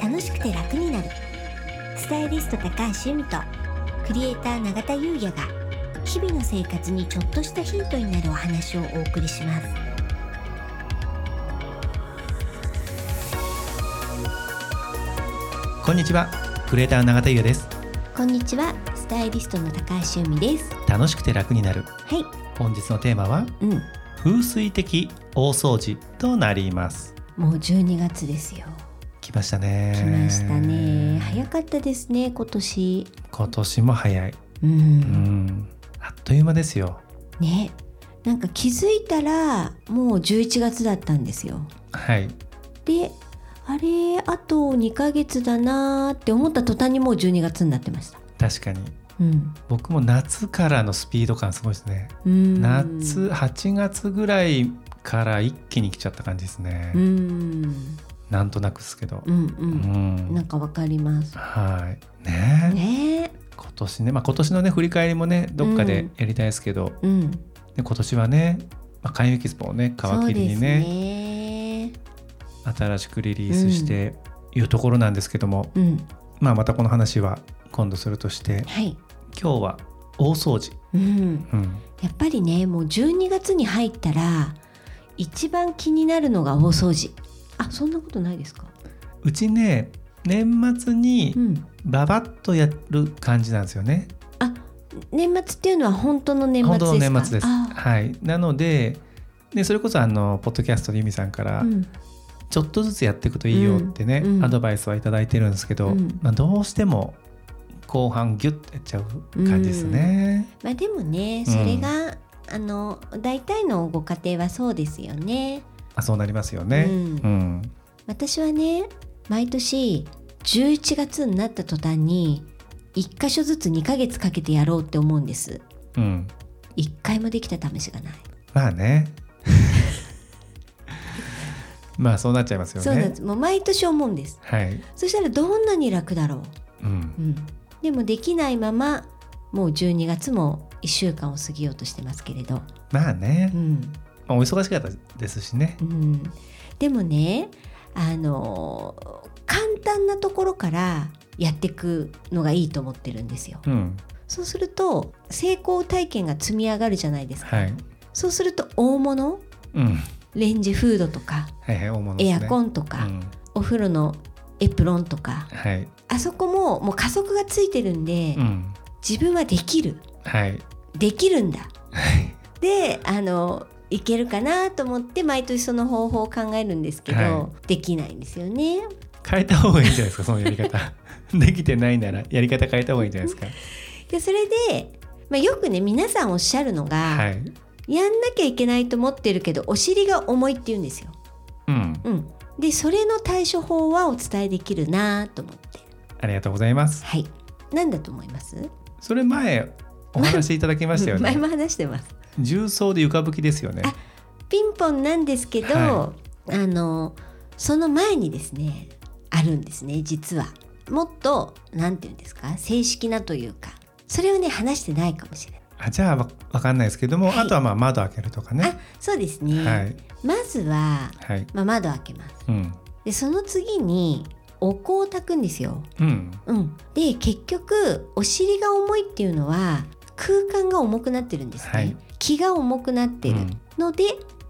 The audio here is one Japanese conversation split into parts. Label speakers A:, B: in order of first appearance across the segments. A: 楽しくて楽になるスタイリスト高橋由美とクリエイター永田優也が日々の生活にちょっとしたヒントになるお話をお送りします
B: こんにちはクリエイター永田優也です
A: こんにちはスタイリストの高橋由美です
B: 楽しくて楽になる
A: はい
B: 本日のテーマは
A: うん
B: 風水的大掃除となります
A: もう12月ですよ
B: 来ましたね
A: 来ましたね早かったですね今年
B: 今年も早い
A: うん、
B: うんあっという間ですよ
A: ねなんか気づいたらもう11月だったんですよ
B: はい
A: であれあと2ヶ月だなーって思った途端にもう12月になってました
B: 確かに
A: うん
B: 僕も夏からのスピード感すごいですね
A: うん
B: 夏8月ぐらいから一気に来ちゃった感じですね、
A: うんうん
B: なんとなくですけど
A: うん、
B: うん
A: なんかわかります
B: はいね
A: ねえ
B: 今年ね、まあ、今年のね振り返りもねどっかでやりたいですけど、
A: うん
B: で今年はね、まあ、海運エキスポをね皮切りにね
A: ね
B: 新しくリリースしていうところなんですけども、
A: うん
B: まあ、またこの話は今度するとして
A: はい
B: 今日は大掃除、
A: うん
B: うん、
A: やっぱりねもう12月に入ったら一番気になるのが大掃除あそんなことないですか
B: うちね年末に
A: うん
B: ババッとやる感じなんですよね。
A: あ年末っていうのは本当の年末
B: 本
A: です
B: 当
A: か
B: の年末です。
A: あ
B: はい、なのででそれこそあのポッドキャストで由美さんから、
A: うん
B: ちょっとずつやっていくといいよってね、
A: うんうん
B: アドバイスはいただいてるんですけど、
A: うん
B: まあ、どうしても後半ギュッてやっちゃう感じですね。
A: まあでもね
B: うん
A: それが、あの大体のご家庭はそうですよね
B: あそうなりますよね。
A: う
B: うんん
A: 私はね毎年11月になった途端に1箇所ずつ2ヶ月かけてやろうって思うんです
B: うん
A: 1回もできた試しがない、
B: まあね まあそうなっちゃいますよね。
A: そうなんですもう毎年思うんです
B: はい、
A: そしたらどんなに楽だろ
B: うん
A: う、うん、でもできないままもう12月も1週間を過ぎようとしてますけれど
B: まあね
A: う、ん
B: まあ、お忙しかったですしね
A: う。ん、でもねあの簡単なところからやっていくのがいいと思ってるんですよ
B: うん、
A: そうすると成功体験が積み上がるじゃないですか、
B: はい、
A: そうすると大物
B: うん、
A: レンジフードとか
B: はいはい大物です
A: エ
B: ね。
A: アコ
B: ン
A: ンとか、
B: うん、
A: お風呂のエプロンとか
B: はい、
A: あそこももう加速がついてるんで、
B: うん、
A: 自分はできる
B: はい、
A: できるんだであのいけるかなと思って毎年その方法を考えるんですけど、
B: は
A: できないんですよね
B: 変えた方がいいんじゃないですかそのやり 方できてないならやり方変えた方がいいんじゃないですか
A: でそれで、まあ、よくね皆さんおっしゃるのが、
B: はい
A: やんなきゃいけないと思ってるけどお尻が重いって言うんですよ。
B: うん
A: うん、でそれの対処法はお伝えできるなと思って
B: ありがとうございます
A: はい何だと思います
B: それ前お話いただきました よ
A: 前も
B: ね
A: 話してます。
B: 重曹で床拭きですよね
A: あピンポンなんですけど、
B: は
A: あのその前にですねあるんですね実は。もっと何て言うんですか正式なというかそれをね話してないかもしれない。
B: あじゃあわわかんないですけども、
A: はい
B: あとはまあ窓開けるとか
A: あ
B: ね
A: そうですね、
B: はい
A: まずは、
B: はい
A: まあ、窓開けます。
B: うん
A: でその次にお香を炊くんですよ。
B: うん
A: うん、で結局お尻が重いっていうのは空間が重くなってるんですね、
B: はい
A: 気が重くなってる
B: うん
A: ので、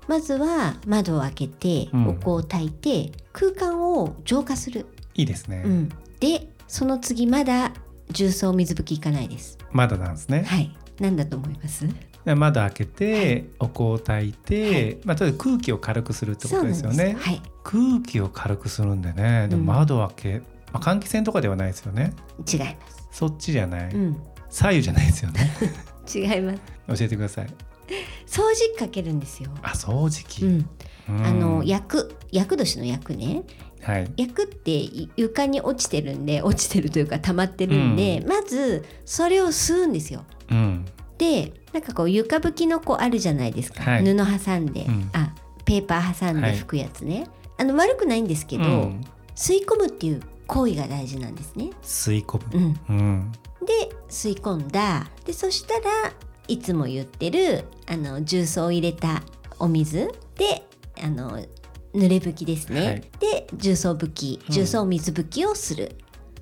A: まずは窓を開けて
B: うん
A: お香を炊いて空間を浄化する、
B: いいですね、
A: うん、でその次まだ重曹水拭きいかないです
B: 窓なんですね
A: はい何だと思います
B: で窓開けて、お香を焚いて、まあ、とりあえず空気を軽くするってこ
A: そう
B: と
A: なん
B: で
A: ですす
B: よね
A: はい、
B: 空気を軽くするんでねでも窓開け、まあ、換気扇とかではないですよね
A: 違います、
B: そっちじゃない、
A: うん、
B: 左右じゃないですよね
A: 違います
B: 教えてください
A: 掃除機かけるんですよ、
B: あ掃除機、
A: うん、
B: うん
A: あの厄厄年の厄ね
B: はい
A: 薬ってい床に落ちてるんで落ちてるというか溜まってるんで、まずそれを吸うんですよ。
B: うん
A: でなんかこう床拭きのこうあるじゃないですか、
B: はい
A: 布挟んで、
B: うん
A: あペーパー挟んで
B: はい
A: 拭くやつね、あの悪くないんですけど、
B: うん
A: 吸い込むっていう行為が大事なんですね。
B: 吸い込
A: う
B: む、
A: ん、
B: うん
A: で吸い込んだでそしたらいつも言ってるあの重曹を入れたお水であの濡れ拭きですね、
B: はい
A: で重曹拭き
B: うん
A: 重曹水拭きをする、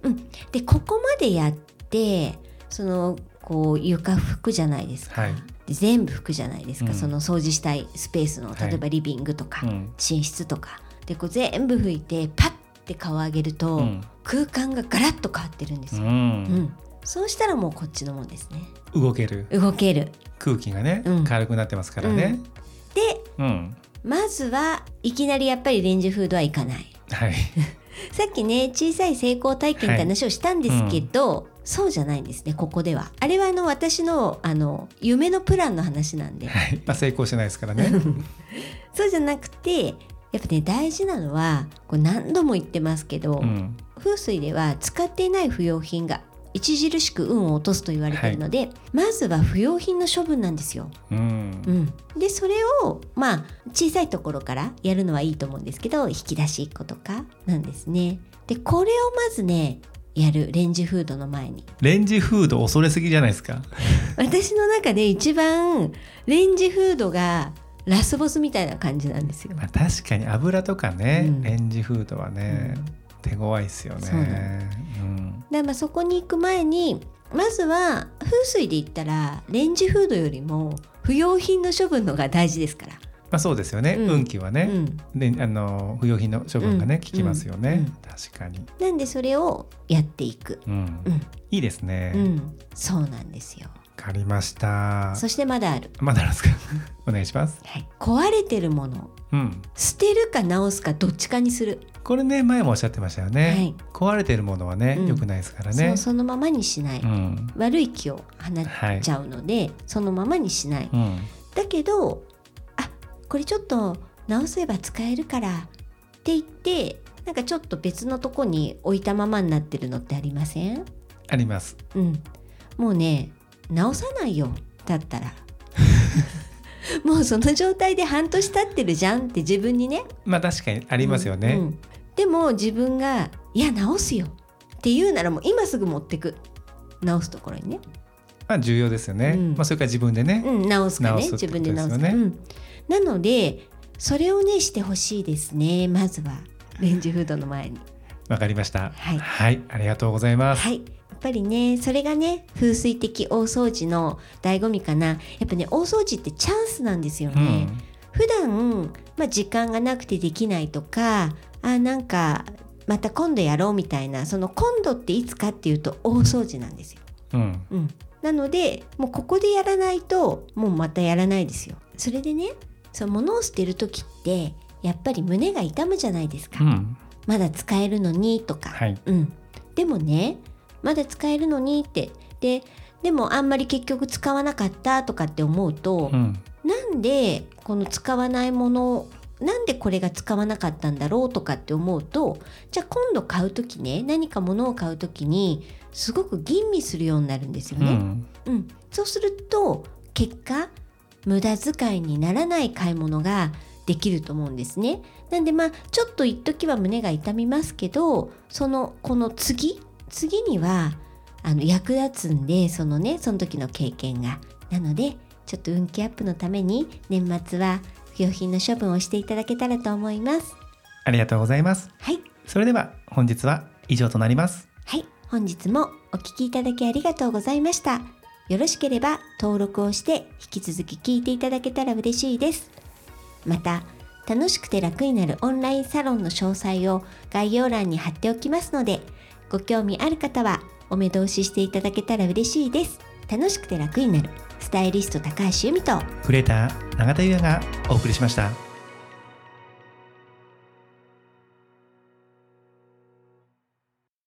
A: うんでここまでやってそのこう床拭くじゃないですか、
B: はい
A: で全部拭くじゃないですか、
B: うん
A: その掃除したいスペースの
B: はい
A: 例えばリビングとか、
B: うん
A: 寝室とかでこう全部拭いてパッて顔を上げると、
B: うん
A: 空間がガラッと変わってるんですよ、うんそうしたらもうこっちのもんですね
B: うん動ける
A: 動ける
B: 空気がね、
A: うん
B: 軽くなってますからね、
A: で
B: うん
A: まずはいきなりやっぱりレンジフードはいかない
B: はい
A: さっきね小さい成功体験って話をしたんですけど、そうじゃないんですねここではあれはあの私のあの夢のプランの話なんで
B: はい、まあ、成功してないですからね
A: そうじゃなくてやっぱね大事なのはこう何度も言ってますけど、
B: うん
A: 風水では使っていない不要品が著しく運を落とすと言われているので、まずは不要品の処分なんですよ。
B: うん
A: うん、でそれをまあ小さいところからやるのはいいと思うんですけど引き出し1個とかなんですね。でこれをまずねやるレンジフードの前に
B: レンジフード恐れすぎじゃないですか
A: 私の中で一番レンジフードがラスボスみたいな感じなんですよ。
B: まあ、確かに油とかね、
A: うん
B: レンジフードはね、
A: うん
B: 手強いですよ
A: そうな
B: ね。うん
A: だからまあそこに行く前にまずは風水で言ったらレンジフードよりも不要品の処分のが大事ですから。
B: まあそうですよね、
A: うん
B: 運気は
A: う
B: ね、
A: ん、
B: であの不要品の処分がね、
A: うん
B: 効きますよね、
A: うん
B: 確かに、
A: なんでそれをやっていく。
B: うん
A: うん
B: いいですね、
A: う
B: わ
A: ん、そうなんですよ。
B: かりました
A: そしてまだある。
B: まだあるん ですかお願いします、
A: はい、壊れてるもの
B: うん、
A: 捨てるか直すかどっちかにする、
B: これね前もおっしゃってましたよね、壊れてるものはね、
A: うん
B: 良くないですから
A: そ
B: ね
A: うそのままにしない、
B: うん
A: 悪い気を放っ
B: はい
A: ちゃうので、そのままにしない
B: うん
A: だけどあこれちょっと直せば使えるからって言ってなんかちょっと別のとこに置いたままになってるのってありません
B: あります
A: うんもうね直さないよだった らもうその状態で半年経ってるじゃんって自分にね
B: まあ確かにありますよね、
A: うんうんでも自分が「いや直すよ」って言うならもう今すぐ持ってく直すところにね、
B: まあ重要ですよね、
A: うん
B: まあそれから自分でね、
A: うん、直すかね
B: 直すっ
A: 自
B: てこと
A: 分
B: です
A: で
B: よね
A: 直すか、うんなのでそれをねしてほしいですねまずはレンジフードの前に
B: わかりました
A: はい
B: ありがとうございます、
A: はいやっぱりねそれがね風水的大掃除の醍醐味かなやっぱね大掃除ってチャンスなんですよ
B: う
A: ね、
B: ん
A: 普段、まあ、時間がなくてできないとかあなんかまた今度やろうみたいなその今度っていつかっていうと大掃除なんですよ。
B: うん
A: うん、なのでもうここでやらないともうまたやらないですよ。それでねその物を捨てる時ってやっぱり胸が痛むじゃないですか、
B: うん
A: まだ使えるのにとか、
B: はい
A: うん、でもねまだ使えるのにってででもあんまり結局使わなかったとかって思うと、
B: うん
A: なんでこの使わないものなんでこれが使わなかったんだろうとかって思うとじゃあ今度買う時ね何か物を買う時にすごく吟味するようになるんですよ
B: う
A: ね。
B: ん
A: うんそうすると結果無駄遣いにならない買い物ができると思うんですね。なんでまあちょっと一時は胸が痛みますけどそのこの次次にはあの役立つんでそのねその時の経験が。なのでちょっと運気アップのために年末は不要品の処分をしていただけたらと思います。
B: ありがとうございます
A: はい、
B: それでは本日は以上となります
A: はい、本日もお聞きいただきありがとうございました。よろしければ登録をして引き続き聞いていただけたら嬉しいです。また、楽しくて楽になるオンラインサロンの詳細を概要欄に貼っておきますので、ご興味ある方はお目通ししていただけたら嬉しいです。楽しくて楽になるスタイリスト高橋由美と
B: フレーター永田優也がお送りしました